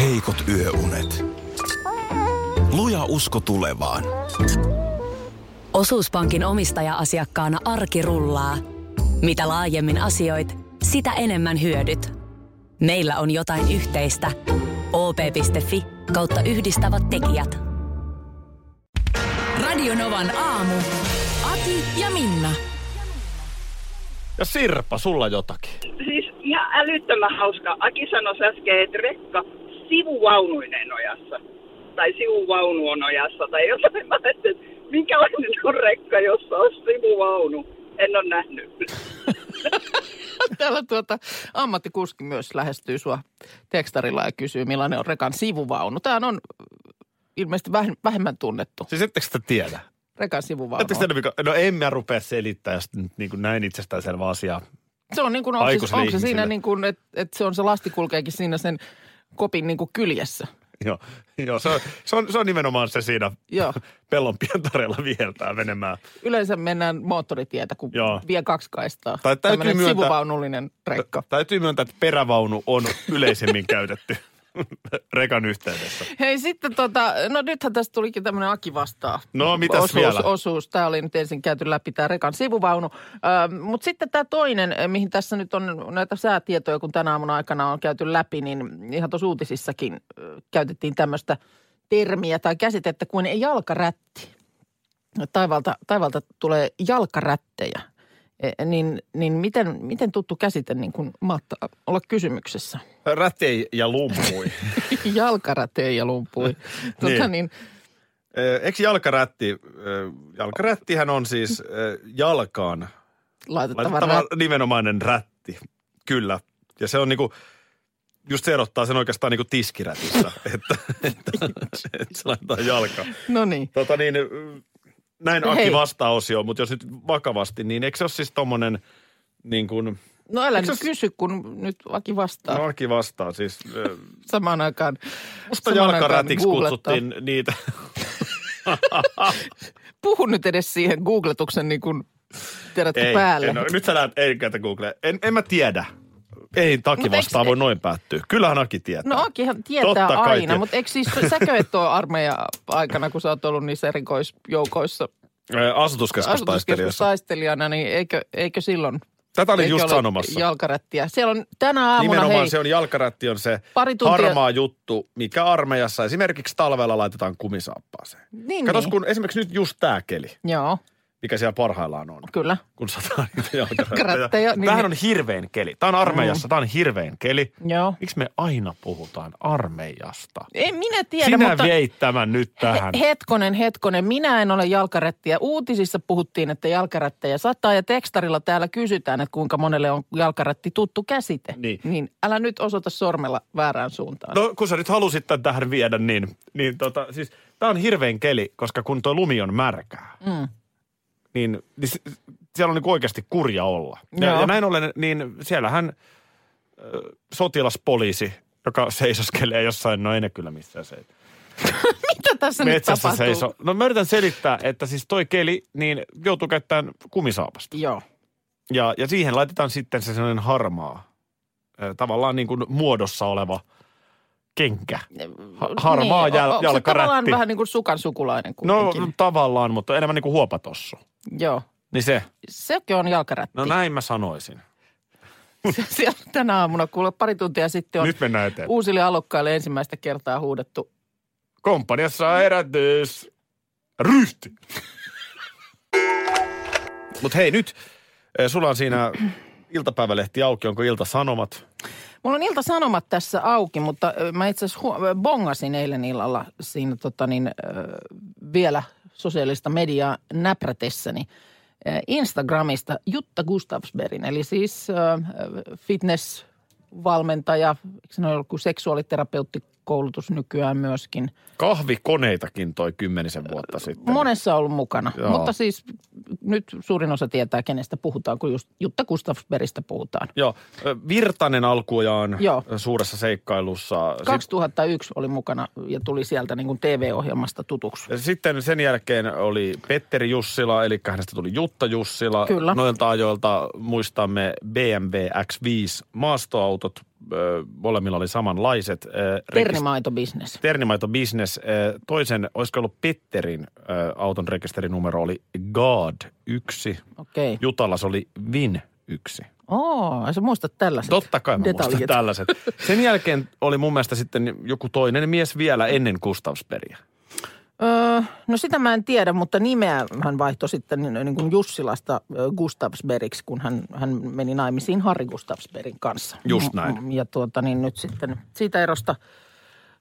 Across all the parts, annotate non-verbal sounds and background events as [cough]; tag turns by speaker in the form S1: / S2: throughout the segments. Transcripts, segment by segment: S1: heikot yöunet. Luja usko tulevaan.
S2: Osuuspankin omistaja-asiakkaana arki rullaa. Mitä laajemmin asioit, sitä enemmän hyödyt. Meillä on jotain yhteistä. op.fi kautta yhdistävät tekijät.
S3: Radionovan aamu. Ati ja Minna.
S4: Ja Sirpa, sulla jotakin.
S5: Siis ihan älyttömän hauska. Aki sanoi äsken, että rekka sivuvaunuinen ojassa. Tai sivuvaunu on ojassa. Tai jotain. Mä ajattelin, että minkälainen on rekka, jossa on sivuvaunu. En ole nähnyt.
S6: [laughs] Täällä tuota, ammattikuski myös lähestyy sua tekstarilla ja kysyy, millainen on rekan sivuvaunu. Tämä on äh, ilmeisesti vähän, vähemmän tunnettu,
S4: Siis ettekö sitä tiedä?
S6: rekan sivuvaunu.
S4: Ettekö sitä, mikä- no en mä rupea selittämään jos nyt niin kuin näin itsestäänselvä asia.
S6: Se on niin kuin, onko, se,
S4: aikuiselle
S6: onko se siinä
S4: ihmiselle?
S6: niin kuin, että et se on se lasti kulkeekin siinä sen kopin niin kuin kyljessä.
S4: Joo, joo se, on, se, on, se on nimenomaan se siinä
S6: Joo.
S4: [laughs] pellon pientareella viheltää menemään.
S6: Yleensä mennään moottoritietä, kun
S4: Joo.
S6: vie kaksi kaistaa.
S4: Tai täytyy
S6: Tämmöinen
S4: myöntää-
S6: sivuvaunullinen rekka.
S4: Täytyy myöntää, että perävaunu on yleisemmin käytetty [laughs] rekan yhteydessä.
S6: Hei sitten tota, no nythän tästä tulikin tämmöinen Aki vastaa.
S4: No, mitäs
S6: osuus,
S4: vielä?
S6: Osuus, tämä oli nyt ensin käyty läpi tämä rekan sivuvaunu. Mutta sitten tämä toinen, eh, mihin tässä nyt on näitä säätietoja, kun tänä aamun aikana on käyty läpi, niin ihan tuossa uutisissakin ö, käytettiin tämmöistä termiä tai käsitettä kuin jalkarätti. Taivalta, taivalta tulee jalkarättejä. Eh, Niin, niin miten, miten tuttu käsite niin kun maattaa olla kysymyksessä? [laughs]
S4: Rätei ja lumpui.
S6: Jalkarätejä ja lumpui. Tota
S4: Niin.
S6: niin,
S4: [laughs] Ö, Eikö jalkarätti, ö, jalkarättihän on siis ö, jalkaan
S6: laitettava,
S4: laitettava
S6: rätti.
S4: nimenomainen rätti. Kyllä. Ja se on niinku, just se erottaa sen oikeastaan niinku tiskirätissä, [laughs] että, että, että se laitetaan jalkaan.
S6: No niin.
S4: Tota niin, näin Aki
S6: Hei.
S4: vastaa osioon, mutta jos nyt vakavasti, niin eikö se ole siis tommonen niin kuin,
S6: No älä
S4: Eikö
S6: nyt
S4: se-
S6: kysy, kun nyt Aki vastaa
S4: no
S6: no.
S4: Aki vastaa siis.
S6: [laughs]
S4: ö,
S6: samaan aikaan.
S4: Musta
S6: samaan aikaan
S4: jalkarätiksi
S6: googlettaa.
S4: kutsuttiin
S6: [laughs]
S4: niitä.
S6: Puhu nyt edes siihen googletuksen niin kuin, tiedätkö,
S4: Ei,
S6: päälle.
S4: en, ole. nyt sä näet, ei käytä Googlea. En, en mä tiedä. Ei, Aki
S6: Mut eiks-
S4: vastaa voi noin päättyä. Kyllähän Aki tietää.
S6: No Akihan tietää
S4: Totta kai
S6: aina,
S4: tietää.
S6: mutta eikö siis säkö et ole armeija aikana, kun sä oot ollut niissä erikoisjoukoissa
S4: Ö, Asutuskeskustaistelijoissa.
S6: asutuskeskustaistelijana, niin eikö, eikö silloin?
S4: Tätä olin
S6: eikö
S4: just
S6: ole
S4: sanomassa.
S6: Jalkarättiä. Siellä on tänä aamuna,
S4: Nimenomaan
S6: hei,
S4: se on jalkarätti on se
S6: Pari tuntia-
S4: harmaa juttu, mikä armeijassa esimerkiksi talvella laitetaan kumisaappaaseen.
S6: Niin,
S4: Katos,
S6: niin.
S4: kun esimerkiksi nyt just tämä keli,
S6: Joo,
S4: mikä siellä parhaillaan on,
S6: kyllä.
S4: kun sataa [laughs] niitä
S6: Jalkarättejä,
S4: jalkarättejä.
S6: niin- Mm.
S4: Tämähän on hirveän keli. Tämä on armeijassa, tämä on hirveän keli.
S6: Joo.
S4: Miksi me aina puhutaan armeijasta?
S6: En minä tiedä,
S4: Sinä
S6: mutta...
S4: veit tämän nyt tähän.
S6: He- Hetkonen, hetkonen. Minä en ole jalkarättiä. Uutisissa puhuttiin, että jalkarättejä sataa ja tekstarilla täällä kysytään, että kuinka monelle on jalkarätti tuttu käsite.
S4: Niin.
S6: niin älä nyt osoita sormella väärään suuntaan.
S4: No kun sä nyt halusit tämän tähän viedä, niin, niin tota, siis tää on hirveän keli, koska kun tuo lumi on märkää, mm. niin, niin s- siellä on niin oikeasti kurja olla. Ja,
S6: Joo.
S4: ja näin ollen, niin siellähän ö, sotilaspoliisi, joka seisoskelee jossain, no ei ne kyllä missään se.
S6: Mitä tässä nyt
S4: Metsässä
S6: tapahtuu?
S4: seiso. No mä yritän selittää, että siis toi keli, niin joutuu käyttämään kumisaapasta.
S6: Joo.
S4: Ja, ja siihen laitetaan sitten se sellainen harmaa, ö, tavallaan niin kuin muodossa oleva kenkä. Ha- harmaa
S6: niin,
S4: jäl-
S6: o- onko se
S4: jalkarätti.
S6: tavallaan vähän niin kuin sukan sukulainen
S4: No
S6: kuitenkin. No,
S4: tavallaan, mutta enemmän niin kuin huopatossu.
S6: Joo.
S4: Niin se.
S6: Sekin on jalkarätti.
S4: No näin mä sanoisin.
S6: [laughs] Siellä tänä aamuna kuule pari tuntia sitten on
S4: Nyt mennään eteenpäin.
S6: uusille alokkaille ensimmäistä kertaa huudettu
S4: Komppaniassa on herätys. Ryhti. Mut hei nyt, eh, sulla on siinä iltapäivälehti auki, onko iltasanomat?
S6: Mulla on ilta-sanomat tässä auki, mutta ö, mä itse asiassa huo- bongasin eilen illalla siinä tota niin, ö, vielä sosiaalista mediaa näprätessäni ö, Instagramista Jutta Gustafsberin, eli siis ö, ö, fitnessvalmentaja, eikö se ole joku seksuaaliterapeuttikoulutus nykyään myöskin.
S4: Kahvikoneitakin toi kymmenisen vuotta sitten.
S6: Monessa on ollut mukana,
S4: Joo.
S6: Joo. mutta siis nyt suurin osa tietää, kenestä puhutaan, kun just Jutta Gustafsberistä puhutaan.
S4: Joo, ö, Virtanen alkujaan
S6: Joo.
S4: suuressa seikkailussa. Sit-
S6: 2001 oli mukana ja tuli sieltä niin kuin TV-ohjelmasta tutuksi.
S4: Sitten sen jälkeen oli Petteri Jussila, eli hänestä tuli Jutta Jussila.
S6: Kyllä.
S4: Noilta ajoilta muistamme BMW X5 maastoautot, ö, molemmilla oli samanlaiset. ö, rekis-
S6: Ternimaitobisnes.
S4: Ternimaito Business. ö, Toisen, olisiko ollut Petterin ö, auton rekisterinumero oli God 1.
S6: Okei. Okay.
S4: Jutalla se oli Vin 1.
S6: Oo, sä muistat tällaiset
S4: Totta kai mä muistan
S6: detaljit.
S4: tällaiset. Sen jälkeen oli mun mielestä sitten joku toinen mies vielä ennen Gustavsperia.
S6: Öö, no sitä mä en tiedä, mutta nimeä hän vaihtoi sitten niin, niin kuin Jussilasta ö, Gustavsbergiksi, kun hän, hän meni naimisiin Harri Gustavsbergin kanssa.
S4: Just näin.
S6: M- Ja tuota niin nyt sitten siitä erosta,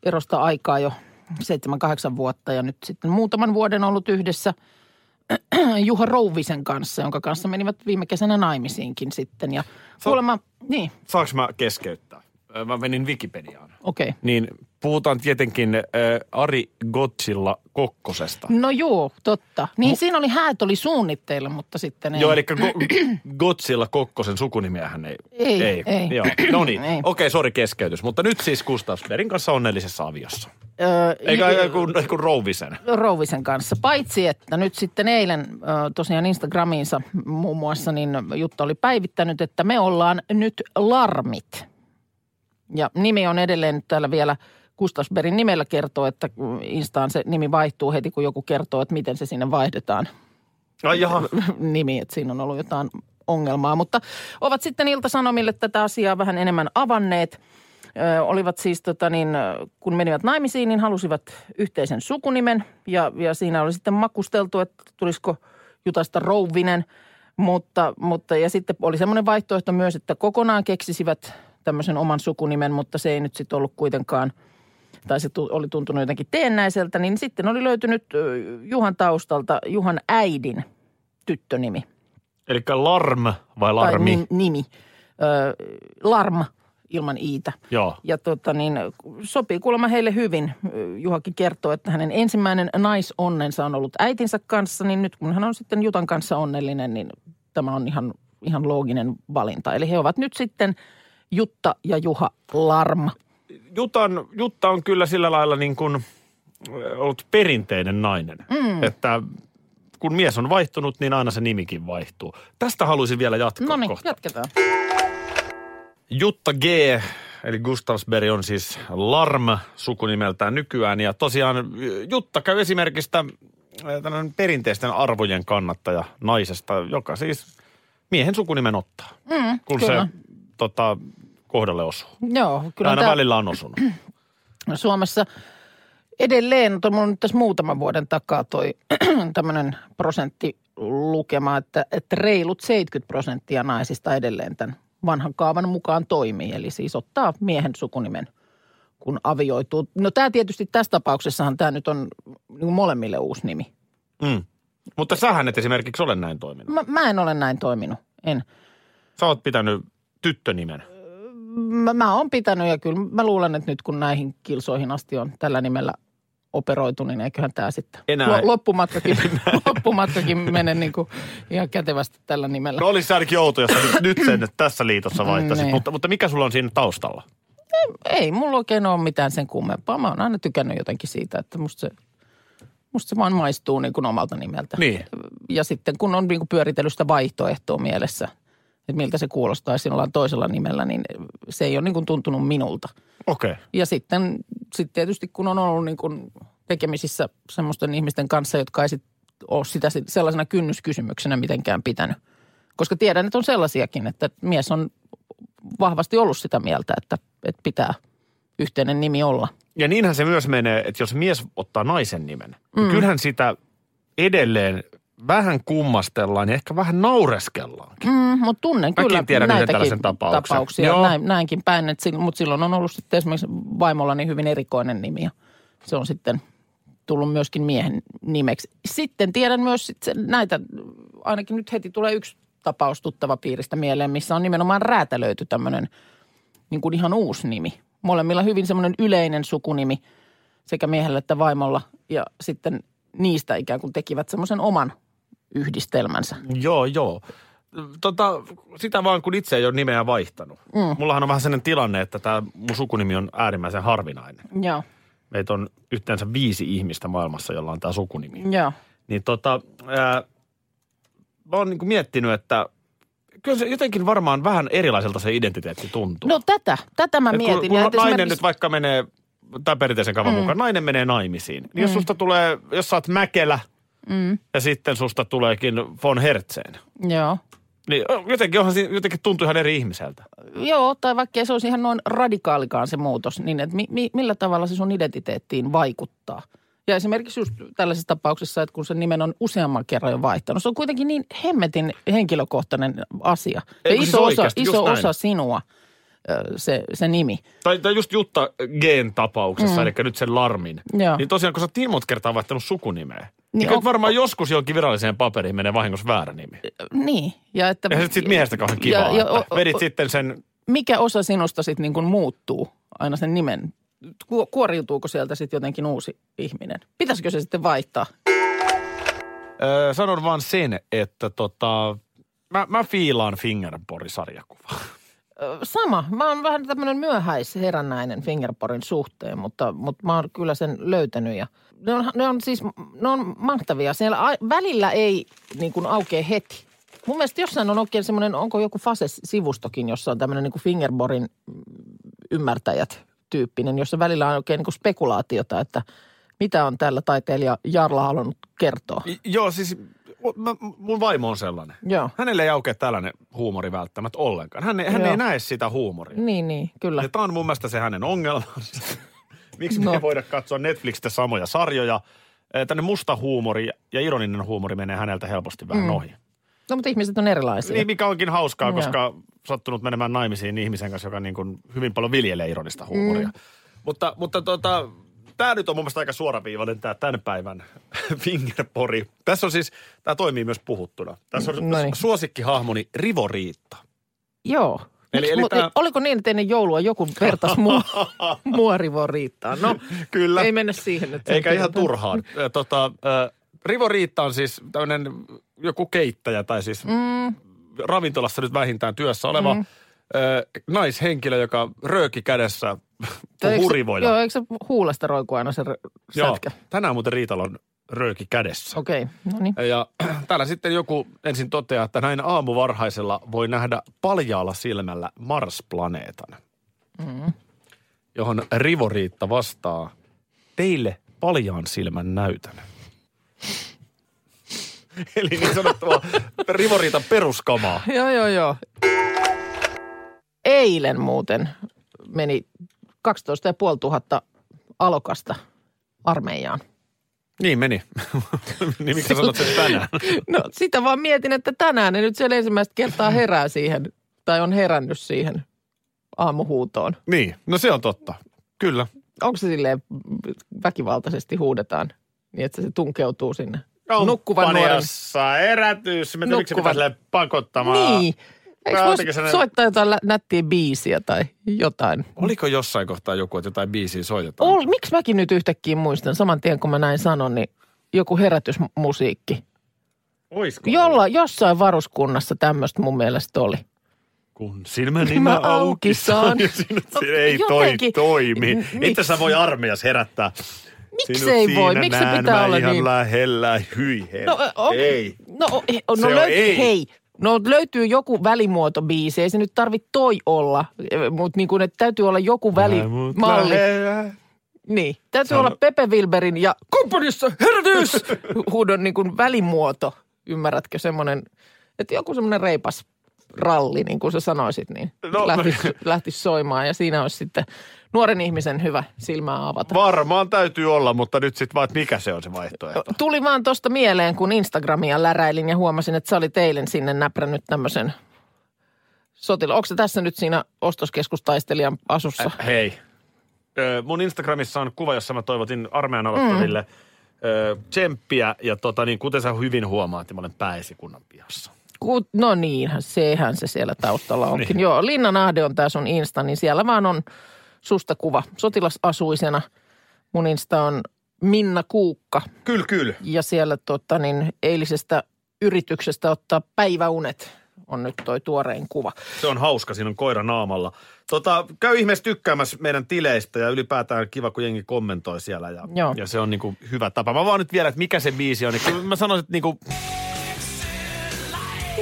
S6: erosta aikaa jo 7-8 vuotta ja nyt sitten muutaman vuoden ollut yhdessä [clears throat] Juha Rouvisen kanssa, jonka kanssa menivät viime kesänä naimisiinkin sitten. Ja kuulemma, niin,
S4: Saanko mä keskeyttää? Ö, Mä menin Wikipediaan.
S6: okei. Okay.
S4: Niin puhutaan tietenkin ö, Ari Godzilla Kokkosesta.
S6: No joo, totta. Niin siinä oli häät oli suunnitteilla, mutta sitten ei.
S4: Joo, eli Go- Godzilla Kokkosen sukunimeähän ei.
S6: Ei, ei.
S4: Joo. No niin,
S6: Ei.
S4: okei, sori keskeytys. Mutta nyt siis Gustavsbergin kanssa onnellisessa aviossa.
S6: Öö,
S4: Eikä
S6: ni-
S4: ei, kun, ei, kun Rouvisen.
S6: Rouvisen kanssa. Paitsi, että nyt sitten eilen ö, tosiaan Instagramiinsa muun muassa, niin Jutta oli päivittänyt, että me ollaan nyt larmit. Ja nimi on edelleen nyt täällä vielä Kustasberin nimellä kertoo, että Instaan se nimi vaihtuu heti, kun joku kertoo, että miten se sinne vaihdetaan
S4: Ai No jaha.
S6: [laughs] nimi, että siinä on ollut jotain ongelmaa. Mutta ovat sitten Ilta-Sanomille tätä asiaa vähän enemmän avanneet. Ö, olivat siis, tota niin, ö, kun menivät naimisiin, niin halusivat yhteisen sukunimen ja, ja siinä oli sitten makusteltu, että tulisiko Jutasta Rouvinen. Mutta, mutta ja sitten oli semmoinen vaihtoehto myös, että kokonaan keksisivät tämmöisen oman sukunimen, mutta se ei nyt sitten ollut kuitenkaan – tai se tu- oli tuntunut jotenkin teennäiseltä, niin sitten oli löytynyt ö, Juhan taustalta Juhan äidin tyttönimi.
S4: Eli Larm vai
S6: Tai niin.
S4: Larmi?
S6: nim- nimi. Ö, Larma ilman iitä.
S4: Joo.
S6: Ja tota niin, sopii kuulemma heille hyvin. Ö, Juhakin kertoo, että hänen ensimmäinen naisonnensa on ollut äitinsä kanssa, niin nyt kun hän on sitten Jutan kanssa onnellinen, niin tämä on ihan, ihan looginen valinta. Eli he ovat nyt sitten Jutta ja Juha Larma.
S4: Jutan, Jutta on kyllä sillä lailla niin kuin ö, ollut perinteinen nainen. Mm. Että kun mies on vaihtunut, niin aina se nimikin vaihtuu. Tästä haluaisin vielä jatkaa
S6: No niin,
S4: kohta.
S6: jatketaan.
S4: Jutta G, eli Gustavsberg on siis Larm sukunimeltään nykyään. Ja tosiaan Jutta käy esimerkistä tämän perinteisten arvojen kannattaja naisesta, joka siis miehen sukunimen ottaa, mm, kun
S6: kyllä.
S4: se tota, kohdalle osuu.
S6: Joo, kyllä
S4: Aina
S6: tämä-
S4: välillä on osunut.
S6: [clears throat] Suomessa edelleen, mutta mulla on nyt tässä muutaman vuoden takaa toi [clears throat] tämmöinen prosenttilukema, että, että reilut 70 prosenttia naisista edelleen tämän vanhan kaavan mukaan toimii. Eli siis ottaa miehen sukunimen, kun avioituu. No tämä tietysti tässä tapauksessahan tämä nyt on niin molemmille uusi nimi.
S4: Mm. Mutta sähän et esimerkiksi ole näin toiminut.
S6: Mä, mä en ole näin toiminut, en.
S4: Sä oot pitänyt tyttönimen.
S6: Mä, mä oon pitänyt ja kyllä mä luulen, että nyt kun näihin kilsoihin asti on tällä nimellä operoitu, niin eiköhän tämä sitten
S4: Enää ei.
S6: loppumatkakin,
S4: [laughs]
S6: loppumatkakin mene niin kuin ihan kätevästi tällä nimellä.
S4: No olisi se ainakin outo, jos sä nyt, nyt sen tässä liitossa vaihtaisit.
S6: Niin.
S4: mutta, mutta mikä sulla on siinä taustalla?
S6: Ei mulla oikein ole mitään sen kummempaa. Mä oon aina tykännyt jotenkin siitä, että musta se, musta se vaan maistuu niin kuin omalta nimeltä.
S4: Niin.
S6: Ja sitten kun on niin kuin pyöritellyt sitä vaihtoehtoa mielessä, että miltä se kuulostaisi jollain toisella nimellä, niin se ei ole niin kuin tuntunut minulta.
S4: Okei. Okay.
S6: Ja sitten sit tietysti kun on ollut niin kuin tekemisissä semmoisten ihmisten kanssa, jotka ei sit ole sitä sit sellaisena kynnyskysymyksenä mitenkään pitänyt. Koska tiedän, että on sellaisiakin, että mies on vahvasti ollut sitä mieltä, että, että pitää yhteinen nimi olla.
S4: Ja niinhän se myös menee, että jos mies ottaa naisen nimen, mm. niin kyllähän sitä edelleen vähän kummastellaan ja ehkä vähän naureskellaankin. Mm.
S6: Mm, mutta tunnen
S4: Mäkin
S6: kyllä
S4: tiedän yhden
S6: näitäkin
S4: tällaisen tapauksen.
S6: tapauksia,
S4: Joo.
S6: näin, näinkin päin. Mutta silloin on ollut sitten esimerkiksi vaimollani hyvin erikoinen nimi ja se on sitten tullut myöskin miehen nimeksi. Sitten tiedän myös sit se- näitä, ainakin nyt heti tulee yksi tapaus tuttava piiristä mieleen, missä on nimenomaan räätälöity tämmöinen niin kuin ihan uusi nimi. Molemmilla hyvin semmoinen yleinen sukunimi sekä miehellä että vaimolla ja sitten niistä ikään kuin tekivät semmoisen oman yhdistelmänsä.
S4: Joo, joo. Tota, sitä vaan kun itse ei ole nimeä vaihtanut. Mm. Mullahan on vähän sellainen tilanne, että tämä mun sukunimi on äärimmäisen harvinainen.
S6: Joo,
S4: Meitä on yhteensä viisi ihmistä maailmassa, jolla on tämä sukunimi.
S6: joo.
S4: Niin tota, ää, mä oon niinku miettinyt, että kyllä se jotenkin varmaan vähän erilaiselta se identiteetti tuntuu.
S6: No tätä, tätä mä
S4: Et
S6: mietin.
S4: kun, kun
S6: ja
S4: nainen
S6: et esimerkiksi-
S4: nyt vaikka menee, tai perinteisen kaavan mm. mukaan, nainen menee naimisiin. Niin jos susta tulee, jos sä oot Mäkelä, mm. ja sitten susta tuleekin von Hertzeen.
S6: Joo.
S4: Niin jotenkin, onhan, siinä- jotenkin tuntuu ihan eri ihmiseltä.
S6: Joo, tai vaikka se olisi ihan noin radikaalikaan se muutos, niin että mi, mi, millä tavalla se sun identiteettiin vaikuttaa. Ja esimerkiksi just tällaisessa tapauksessa, että kun sen nimen on useamman kerran jo vaihtanut, se on kuitenkin niin hemmetin henkilökohtainen asia. Ja
S4: Ei, kun
S6: iso,
S4: siis
S6: osa,
S4: oikeasti, just
S6: iso
S4: näin.
S6: osa sinua, ö, se, se nimi.
S4: Tai, tai just Jutta Geen tapauksessa, mm. eli nyt sen Larmin.
S6: Joo.
S4: Niin tosiaan, kun sä oot niin monta kertaa vaihtanut sukunimeä, niin,
S6: on-
S4: niin on... varmaan joskus johonkin viralliseen paperiin menee vahingossa väärä nimi.
S6: Niin. Ja että,
S4: Eihän sit siitä miehestä kauhean kivaa, ja, ja, että vedit sitten sen,
S6: Mikä osa sinusta sitten niin kuin muuttuu aina sen nimen? Kuo- Kuoriutuuko sieltä sitten jotenkin uusi ihminen? Pitäisikö se sitten vaihtaa?
S4: öö, sanon vaan sen, että tota, mä, mä fiilaan Fingerpori-sarjakuvaa.
S6: Ö, Sama. Mä oon vähän tämmöinen myöhäisherännäinen Fingerporin suhteen, mutta, mutta mä oon kyllä sen löytänyt. Ja ne, on, ne on siis ne on mahtavia. Siellä a, välillä ei niin kuin aukea heti. Mun mielestä jossain on oikein semmoinen, onko joku Fase-sivustokin, jossa on tämmöinen niin Fingerborin ymmärtäjät tyyppinen, jossa välillä on oikein niin kuin spekulaatiota, että mitä on tällä taiteilija Jarla halunnut kertoa.
S4: I- Joo, siis o- mä, mun vaimo on sellainen.
S6: Joo.
S4: Hänelle ei aukea tällainen huumori välttämättä ollenkaan. Hän, ei- hän
S6: Joo.
S4: ei näe sitä huumoria.
S6: Niin, niin, kyllä.
S4: Ja tämä on mun mielestä se hänen ongelmansa. [laughs] Miksi
S6: No.
S4: me ei voida katsoa Netflixistä samoja sarjoja? Eh, Tänne musta huumori ja ironinen huumori menee häneltä helposti vähän mm. ohi.
S6: No, mutta ihmiset on erilaisia.
S4: Niin, mikä onkin hauskaa,
S6: Joo.
S4: koska sattunut menemään naimisiin ihmisen kanssa, joka niin kuin hyvin paljon viljelee ironista huumoria. Mm. Mutta, mutta tota, tämä nyt on mun mielestä aika suoraviivainen tämä tämän päivän [laughs] fingerpori. Tässä on siis, tämä toimii myös puhuttuna. Tässä on
S6: Noin.
S4: Noin. suosikkihahmoni Rivo Riitta.
S6: Joo.
S4: Eli-
S6: Miks
S4: eli
S6: mu-
S4: tää-
S6: Oliko niin, että ennen joulua joku vertas
S4: [laughs]
S6: mu- muorivoon riittaa? No,
S4: Kyllä.
S6: ei mennä siihen nyt.
S4: Eikä ihan
S6: [laughs]
S4: turhaan. Ö, Tota, ö, Rivo Riitta on siis tämmöinen joku keittäjä tai siis mm. ravintolassa nyt vähintään työssä oleva mm. ö, naishenkilö, joka rööki kädessä
S6: Eikö se-
S4: hurivoja.
S6: Joo, eikö se huulesta roiku aina se r- sätkä?
S4: tänään muuten Riitalla on rööki kädessä.
S6: Okei, no niin.
S4: Ja [clears throat] täällä sitten joku ensin toteaa, että näin aamuvarhaisella voi nähdä paljaalla silmällä Mars-planeetan, mm. johon Rivoriitta vastaa, teille paljaan silmän näytän. [laughs] Eli niin sanottua Rivoriitan peruskamaa.
S6: Joo, joo, joo. Eilen muuten meni 12 500 alokasta armeijaan.
S4: Niin meni. [laughs] niin miksi sä sanot sen tänään?
S6: No sitä vaan mietin, että tänään ne nyt siellä ensimmäistä kertaa herää siihen, tai on herännyt siihen aamuhuutoon.
S4: niin, no se on totta. Kyllä.
S6: onko se silleen mm, väkivaltaisesti huudetaan, niin että se tunkeutuu sinne nukkuvan nuoren.
S4: Kampanjassa erätys. Mä tiedän, miksi
S6: Nukkuvan-
S4: pitää silleen pakottamaan.
S6: Niin. Eikö
S4: Vai
S6: voisi
S4: jotenkin sellainen-
S6: soittaa jotain lä- nättiä biisiä tai jotain?
S4: Oliko jossain kohtaa joku, että jotain biisiä soitetaan?
S6: Ol, miksi mäkin nyt yhtäkkiä muistan, saman tien kun mä näin sanon, niin joku herätysmusiikki.
S4: Oisko?
S6: Jolla, jossain varuskunnassa tämmöistä mun mielestä oli.
S4: Kun silmäni
S6: Mä
S4: mä
S6: auki
S4: auki
S6: saan.
S4: saan. [laughs] Ja sinut
S6: No,
S4: se ei toi
S6: jotenkin.
S4: toimi.
S6: Miksi?
S4: Itse sä voi armeijas herättää.
S6: ei
S4: siinä
S6: voi? Miksi se
S4: näen
S6: pitää
S4: mä
S6: olla
S4: ihan
S6: niin?
S4: lähellä, hyi hel-
S6: No, ö, on,
S4: Ei.
S6: No, o- he- no
S4: Se on
S6: löytyy,
S4: ei.
S6: hei. No löytyy joku välimuotobiisi, ei se nyt tarvi toi olla, mutta niin kuin, että täytyy olla joku välimalli. Niin, täytyy
S4: Sano-
S6: olla Pepe Wilberin ja kumppanissa [laughs] herätys huudon niin kuin välimuoto. Ymmärrätkö semmoinen, että joku semmoinen reipas ralli, niin kuin sä sanoisit, niin no.
S4: No.
S6: lähti, lähti soimaan. Ja siinä olisi sitten nuoren ihmisen hyvä silmää avata.
S4: Varmaan täytyy olla, mutta nyt sitten vaan, että mikä se on se vaihtoehto.
S6: Tuli vaan tuosta mieleen, kun Instagramia läräilin ja huomasin, että sä olit eilen sinne näprännyt tämmöisen sotila. Onko se tässä nyt siinä ostoskeskustaistelijan asussa?
S4: Hei. Ö, Mun Instagramissa on kuva, jossa mä toivotin armeijan aloittaville mm. tsemppiä. Ja tota, niin kuten sä hyvin huomaat, niin mä olen pääesikunnan pihassa.
S6: Ku, no niinhän, sehän se siellä taustalla onkin. niin.
S4: Niin.
S6: Joo, Linnan Ahde on tää sun Insta, niin siellä vaan on susta kuva sotilasasuisena. Mun Insta on Minna Kuukka
S4: Kyllä, kyllä.
S6: ja siellä tota, niin, eilisestä yrityksestä ottaa päiväunet on nyt toi tuorein kuva.
S4: Se on hauska, siinä on koira naamalla. Tota, käy ihmeessä tykkäämässä meidän tileistä ja ylipäätään kiva, kun jengi kommentoi siellä. Ja,
S6: Joo.
S4: ja se on niinku hyvä tapa. Mä vaan nyt vielä, että mikä se biisi on. Niin kyllä mä sanoisin, että niinku,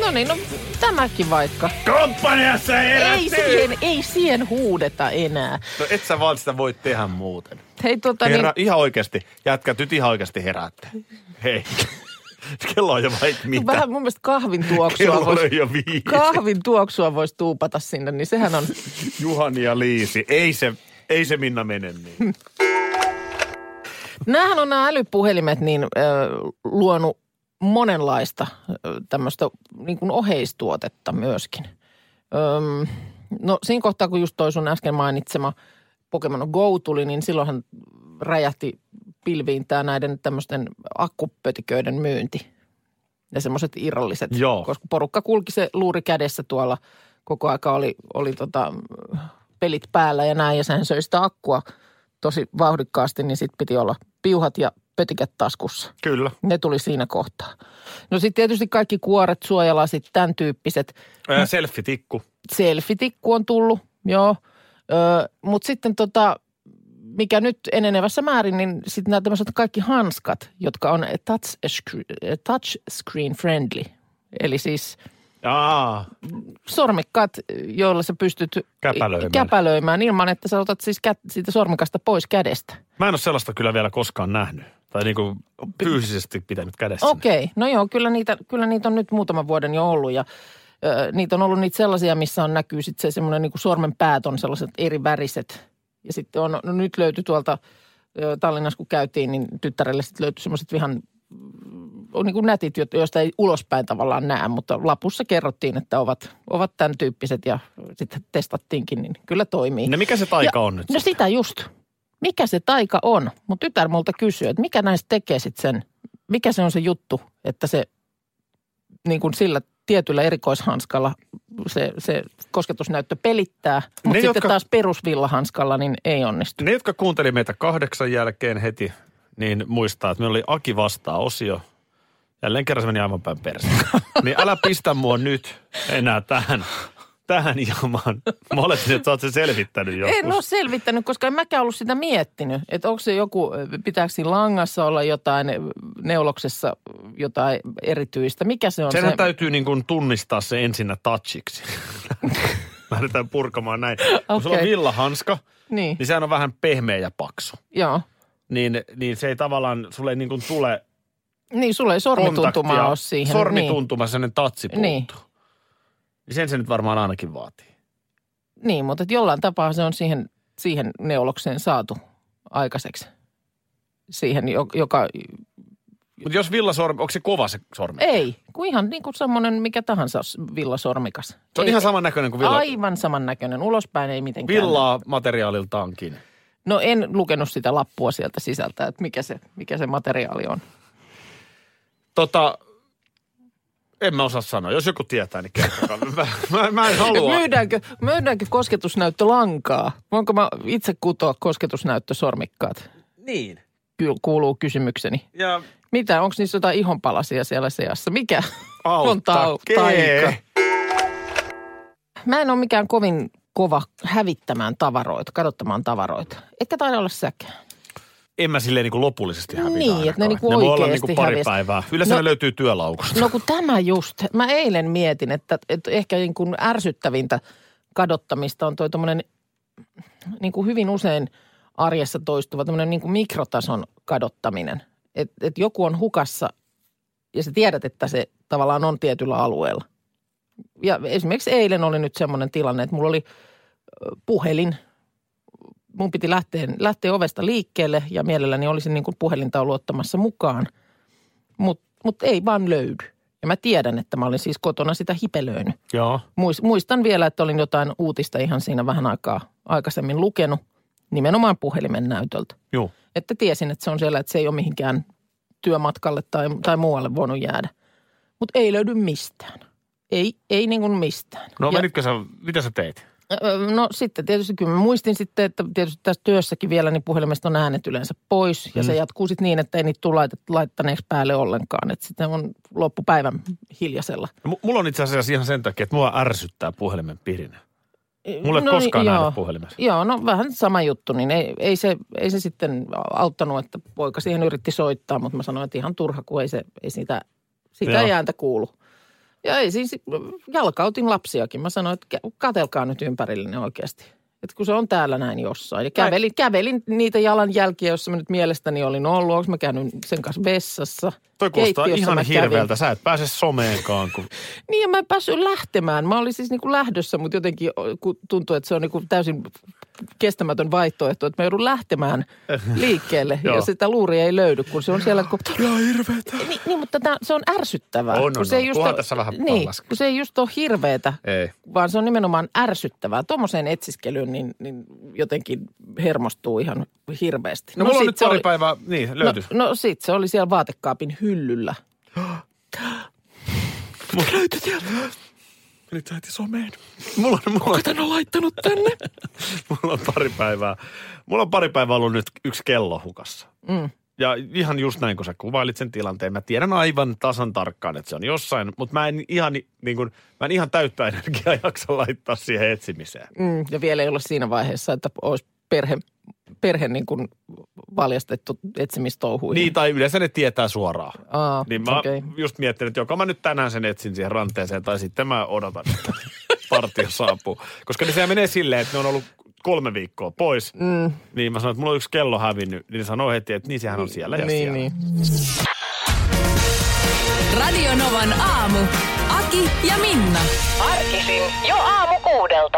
S6: No niin, no tämäkin vaikka.
S4: Komppaniassa
S6: Ei siihen, ei siihen huudeta enää.
S4: No et sä vaan sitä voi tehdä muuten.
S6: Hei tuota niin,
S4: Herra, ihan oikeasti. Jätkät nyt ihan oikeasti heräätte. Hei. [laughs] Kello on jo vaikka mitä.
S6: vähän mun mielestä kahvin tuoksua
S4: [laughs] Kello on
S6: voisi
S4: jo viisi.
S6: kahvin tuoksua voisi tuupata sinne, niin sehän on...
S4: Juhani ja Liisi. Ei se, ei se Minna mene
S6: [laughs]
S4: niin.
S6: Nämähän on nämä älypuhelimet niin ö, luonut monenlaista ö, tämmöistä niin kuin oheistuotetta myöskin. Öm, no siinä kohtaa, kun just toi sun äsken mainitsema Pokemon Go tuli, niin silloinhan räjähti pilviin tämä näiden tämmöisten akkupötiköiden myynti. Ja semmoiset irralliset,
S4: Joo.
S6: koska porukka kulki se luuri kädessä tuolla. Koko aika oli, oli tota, pelit päällä ja näin, ja sehän söi sitä akkua tosi vauhdikkaasti, niin sitten piti olla piuhat ja pötikät taskussa.
S4: Kyllä.
S6: Ne tuli siinä kohtaa. No sitten tietysti kaikki kuoret, suojalasit, tämän tyyppiset.
S4: Ää, selfie-tikku.
S6: Selfitikku on tullut, joo. Öö, Mutta sitten tota, mikä nyt enenevässä määrin, niin sitten nämä tämmöiset kaikki hanskat, jotka on touch screen, touch screen friendly. Eli siis
S4: Aa,
S6: sormikkaat, joilla sä pystyt
S4: Käpälöimään.
S6: käpälöimään ilman, että sä otat siis kä- siitä sormikasta pois kädestä.
S4: mä en ole sellaista kyllä vielä koskaan nähnyt. Tai niinku fyysisesti pitänyt kädessä.
S6: Okei, no joo, kyllä niitä, kyllä niitä on nyt muutaman vuoden jo ollut ja ö, niitä on ollut niitä sellaisia, missä on näkyy sitten se semmoinen niin sormen päät on sellaiset eri väriset. Ja sitten on, no nyt löytyi tuolta ö, Tallinnassa, kun käytiin, niin tyttärelle sitten löytyi semmoiset ihan on niin kuin nätit, jo- joista ei ulospäin tavallaan näe, mutta lapussa kerrottiin, että ovat, ovat tämän tyyppiset ja sitten testattiinkin, niin kyllä toimii.
S4: No mikä se taika
S6: Ja-
S4: on nyt?
S6: No
S4: sitten?
S6: sitä just. Mikä se taika on? Mutta tytär multa kysyy, että mikä näistä tekee sitten sen, mikä se on se juttu, että se niin kuin sillä tietyllä erikoishanskalla se, se kosketusnäyttö pelittää,
S4: Ne,
S6: mutta sitten
S4: jotka-
S6: taas perusvillahanskalla niin ei onnistu.
S4: Ne, jotka kuunteli meitä kahdeksan jälkeen heti, niin muistaa, että meillä oli Aki vastaa osio. Jälleen kerran se meni aivan päin perseen.
S6: [laughs]
S4: niin älä pistä mua nyt enää tähän, tähän jamaan. Mä oletin, että sä oot sen selvittänyt joskus.
S6: En ole selvittänyt, koska en mäkään ollut sitä miettinyt, että onko se joku, pitääkö siinä langassa olla jotain, neuloksessa jotain erityistä. Mikä se on
S4: Senhän
S6: se?
S4: täytyy niin kuin tunnistaa se ensinnä touchiksi. [laughs] Lähdetään purkamaan näin. Kun sulla on
S6: Okei.
S4: villahanska,
S6: Niin,
S4: niin sehän on vähän pehmeä ja paksu.
S6: joo.
S4: Niin, niin se ei tavallaan, sulle ei niin kuin tule
S6: Niin, sulla ei sormituntumaa ole siihen. Niin.
S4: Sormituntuma, niin. sellainen tatsi puuttuu.
S6: Niin.
S4: Niin. Sen se nyt varmaan ainakin vaatii.
S6: Niin, mutta et jollain tapaa se on siihen, siihen neulokseen saatu aikaiseksi. Siihen, jo- joka...
S4: Mutta jos villasormi, onko se kova se sormi?
S6: Ei, kun ihan niin kuin semmoinen mikä tahansa s- villasormikas.
S4: Se on
S6: ei,
S4: ihan saman näköinen kuin villa,
S6: Aivan samannäköinen, ulospäin ei mitenkään.
S4: villaa materiaaliltaankin.
S6: No en lukenut sitä lappua sieltä sisältä, että mikä se, mikä se materiaali on.
S4: Tota, en mä osaa sanoa. Jos joku tietää, niin
S6: [laughs]
S4: kertokaa. mä, mä, mä en halua.
S6: Myydäänkö, myydäänkö kosketusnäyttö lankaa? Voinko mä itse kutoa kosketusnäyttö sormikkaat?
S4: Niin.
S6: Kuuluu kysymykseni.
S4: Ja
S6: Mitä, onko niissä jotain ihonpalasia siellä seassa? Mikä on
S4: auttakee.
S6: tau- taika? Mä en ole mikään kovin kova hävittämään tavaroita, kadottamaan tavaroita. Etkä taida olla säkään.
S4: En mä silleen niin kuin lopullisesti hävitä
S6: Niin, että ne
S4: ainakaan.
S6: niinku
S4: ne voi olla niin
S6: oikeesti
S4: kuin pari
S6: häviäisi.
S4: päivää. Yleensä
S6: No-
S4: ne löytyy työlaukusta.
S6: No kun tämä just, mä eilen mietin, että, että ehkä niin kuin ärsyttävintä kadottamista on toi tommonen niin kuin hyvin usein arjessa toistuva tämmöinen niin kuin mikrotason kadottaminen. Että et joku on hukassa ja sä tiedät, että se tavallaan on tietyllä alueella. Ja esimerkiksi eilen oli nyt semmoinen tilanne, että mulla oli ö, puhelin. Mun piti lähteä, lähteä ovesta liikkeelle ja mielelläni olisin niin kuin puhelintaulu ottamassa mukaan. Mutta mut ei vaan löydy. Ja mä tiedän, että mä olin siis kotona sitä hipelöinyt.
S4: Joo.
S6: Muis- Muistan vielä, että olin jotain uutista ihan siinä vähän aikaa aikaisemmin lukenut, nimenomaan puhelimen näytöltä.
S4: Joo.
S6: Että tiesin, että se on siellä, että se ei ole mihinkään työmatkalle tai, tai muualle voinut jäädä. Mutta ei löydy mistään. Ei, ei niin kuin mistään.
S4: No
S6: Ja-
S4: menitkö sä, mitä sä teit?
S6: Öö, No sitten tietysti kyllä mä muistin sitten, että tietysti tässä työssäkin vielä niin puhelimesta on äänet yleensä pois. Ja se
S4: Mm.
S6: jatkuu sitten niin, että ei niitä tule laitet- laittaneeksi päälle ollenkaan. Että sitten on loppupäivän hiljaisella.
S4: No, mu- mulla on itse asiassa ihan sen takia, että mua ärsyttää puhelimen pirinä. Mulla ei
S6: no,
S4: koskaan
S6: niin,
S4: äänet
S6: joo.
S4: puhelimessa.
S6: Joo, no vähän sama juttu, niin ei, ei, se, ei se sitten auttanut, että poika siihen yritti soittaa, mutta mä sanoin, että ihan turha, kun ei, se, ei siitä, siitä
S4: Joo.
S6: ei ääntä kuulu. Ja ei siis, jalkautin lapsiakin. Mä sanoin, että kä- katelkaa nyt ympärillenne oikeasti. Että kun se on täällä näin jossain. Ja kävelin, kävelin niitä jalanjälkiä, jossa mä nyt mielestäni olin ollut. Onko mä käynyt sen kanssa vessassa?
S4: Toi kuulostaa
S6: Keittiössä
S4: ihan
S6: mä kävin.
S4: hirveältä. Sä et pääse someenkaan, kun
S6: Niin ja mä en päässyt lähtemään. Mä olin siis niin kuin lähdössä, mutta jotenkin o, kun tuntuu, että se on niin kuin täysin kestämätön vaihtoehto, että mä joudun
S4: [laughs]
S6: lähtemään liikkeelle
S4: Joo.
S6: ja sitä luuria ei löydy, kun se on siellä. Kun...
S4: Ihan hirveetä.
S6: Niin, niin mutta tää, se on ärsyttävää.
S4: On, on,
S6: kun se
S4: on.
S6: ei just
S4: Kunhan
S6: oo-
S4: tässä vähän
S6: niin,
S4: pallaskin.
S6: kun se ei just ole hirveetä,
S4: Ei.
S6: vaan se on nimenomaan ärsyttävää. Tuommoiseen etsiskelyyn niin, niin jotenkin hermostuu ihan hirveästi.
S4: No, no mulla on
S6: sit
S4: nyt
S6: se
S4: pari
S6: oli-
S4: päivää, niin löytyi.
S6: No, no sit se oli siellä vaatekaapin hyllyllä.
S4: Nyt lähti someen. Mulla on, mulla, on,
S6: on laittanut tänne?
S4: [laughs] mulla on pari päivää. Mulla on pari päivää ollut nyt yksi kello hukassa.
S6: Mm.
S4: Ja ihan just näin, kun sä kuvailit sen tilanteen. Mä tiedän aivan tasan tarkkaan, että se on jossain, mutta mä en ihan, niin kuin, mä en ihan täyttä energiaa [laughs] jaksa laittaa siihen etsimiseen.
S6: Mm, ja vielä ei olla siinä vaiheessa, että olisi perhe, perhe niin kuin valjastettu etsimistouhuihin.
S4: Niin, tai yleensä ne tietää suoraan.
S6: Aa,
S4: Niin mä okay.
S6: Ah, okei.
S4: just mietin, että joko mä nyt tänään sen etsin siihen ranteeseen, tai sitten mä odotan,
S6: [laughs]
S4: että partio saapuu. Koska ne sehän menee silleen, että ne on ollut kolme viikkoa pois. Mm. Niin mä sanoin, että mulla on yksi kello hävinnyt. Niin ne sanoo heti, että niin sehän on siellä ja
S6: niin,
S4: siellä.
S6: niin.
S3: Radio Novan aamu. Aki ja Minna.
S7: Arkisin jo aamu kuudelta.